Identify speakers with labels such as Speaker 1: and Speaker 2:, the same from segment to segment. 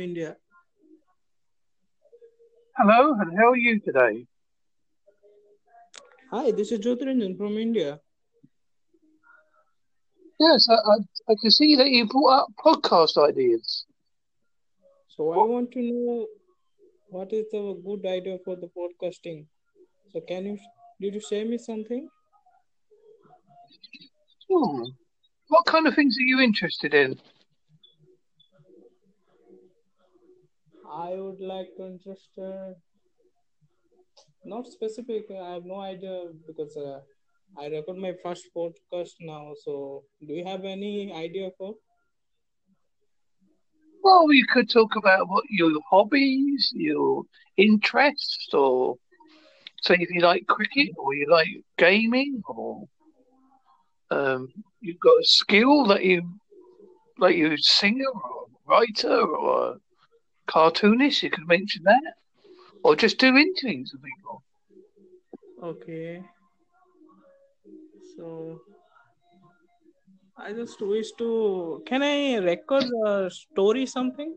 Speaker 1: India.
Speaker 2: Hello, and how are you today?
Speaker 1: Hi, this is Jyotiranjan from India.
Speaker 2: Yes, I, I, I can see that you brought up podcast ideas.
Speaker 1: So I want to know what is the good idea for the podcasting. So can you did you share me something?
Speaker 2: Hmm. What kind of things are you interested in?
Speaker 1: I would like to interest uh, not specific. I have no idea because uh, I record my first podcast now. So do you have any idea for?
Speaker 2: Well, you could talk about what your hobbies, your interests, or say if you like cricket or you like gaming, or um, you've got a skill that you like you a singer or a writer or a cartoonist. You could mention that, or just do interviews with people.
Speaker 1: Okay. So I just wish to. Can I record a story something?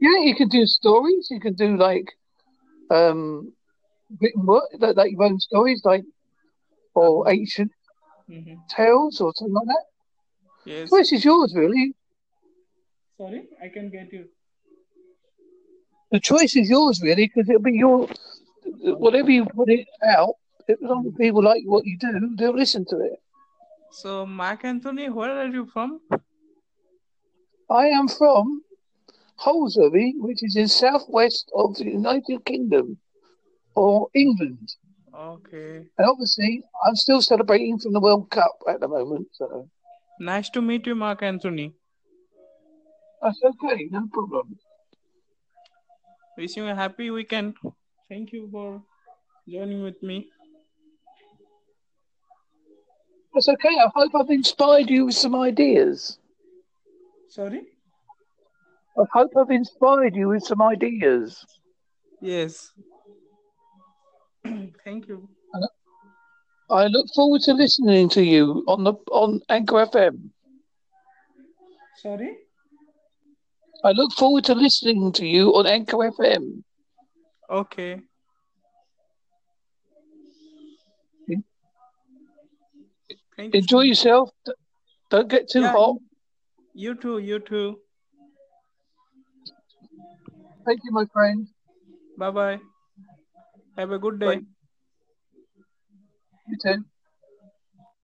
Speaker 2: Yeah, you could do stories. You could do like um, written work, like, like your own stories, like or ancient
Speaker 1: Mm-hmm.
Speaker 2: tales or something like that.
Speaker 1: Yes.
Speaker 2: Choice is yours, really.
Speaker 1: Sorry, I can get you.
Speaker 2: The choice is yours, really, because it'll be your whatever you put it out. As long as people like what you do, they'll listen to it.
Speaker 1: So Mark Anthony, where are you from?
Speaker 2: I am from Holsworthy, which is in southwest of the United Kingdom or England.
Speaker 1: Okay.
Speaker 2: And obviously, I'm still celebrating from the World Cup at the moment, so
Speaker 1: Nice to meet you, Mark Anthony.
Speaker 2: that's okay, no problem.
Speaker 1: Wish you a happy weekend. Thank you for joining with me.
Speaker 2: That's okay. I hope I've inspired you with some ideas.
Speaker 1: Sorry?
Speaker 2: I hope I've inspired you with some ideas.
Speaker 1: Yes. Thank you.
Speaker 2: I look forward to listening to you on the on Anchor FM.
Speaker 1: Sorry?
Speaker 2: I look forward to listening to you on Anchor FM.
Speaker 1: Okay. Thank you.
Speaker 2: Enjoy yourself. D- Don't get too
Speaker 1: Yeah.
Speaker 2: hot.
Speaker 1: You too, you too.
Speaker 2: Thank you, my friend.
Speaker 1: Bye bye. Have a good day.
Speaker 2: Bye. You too.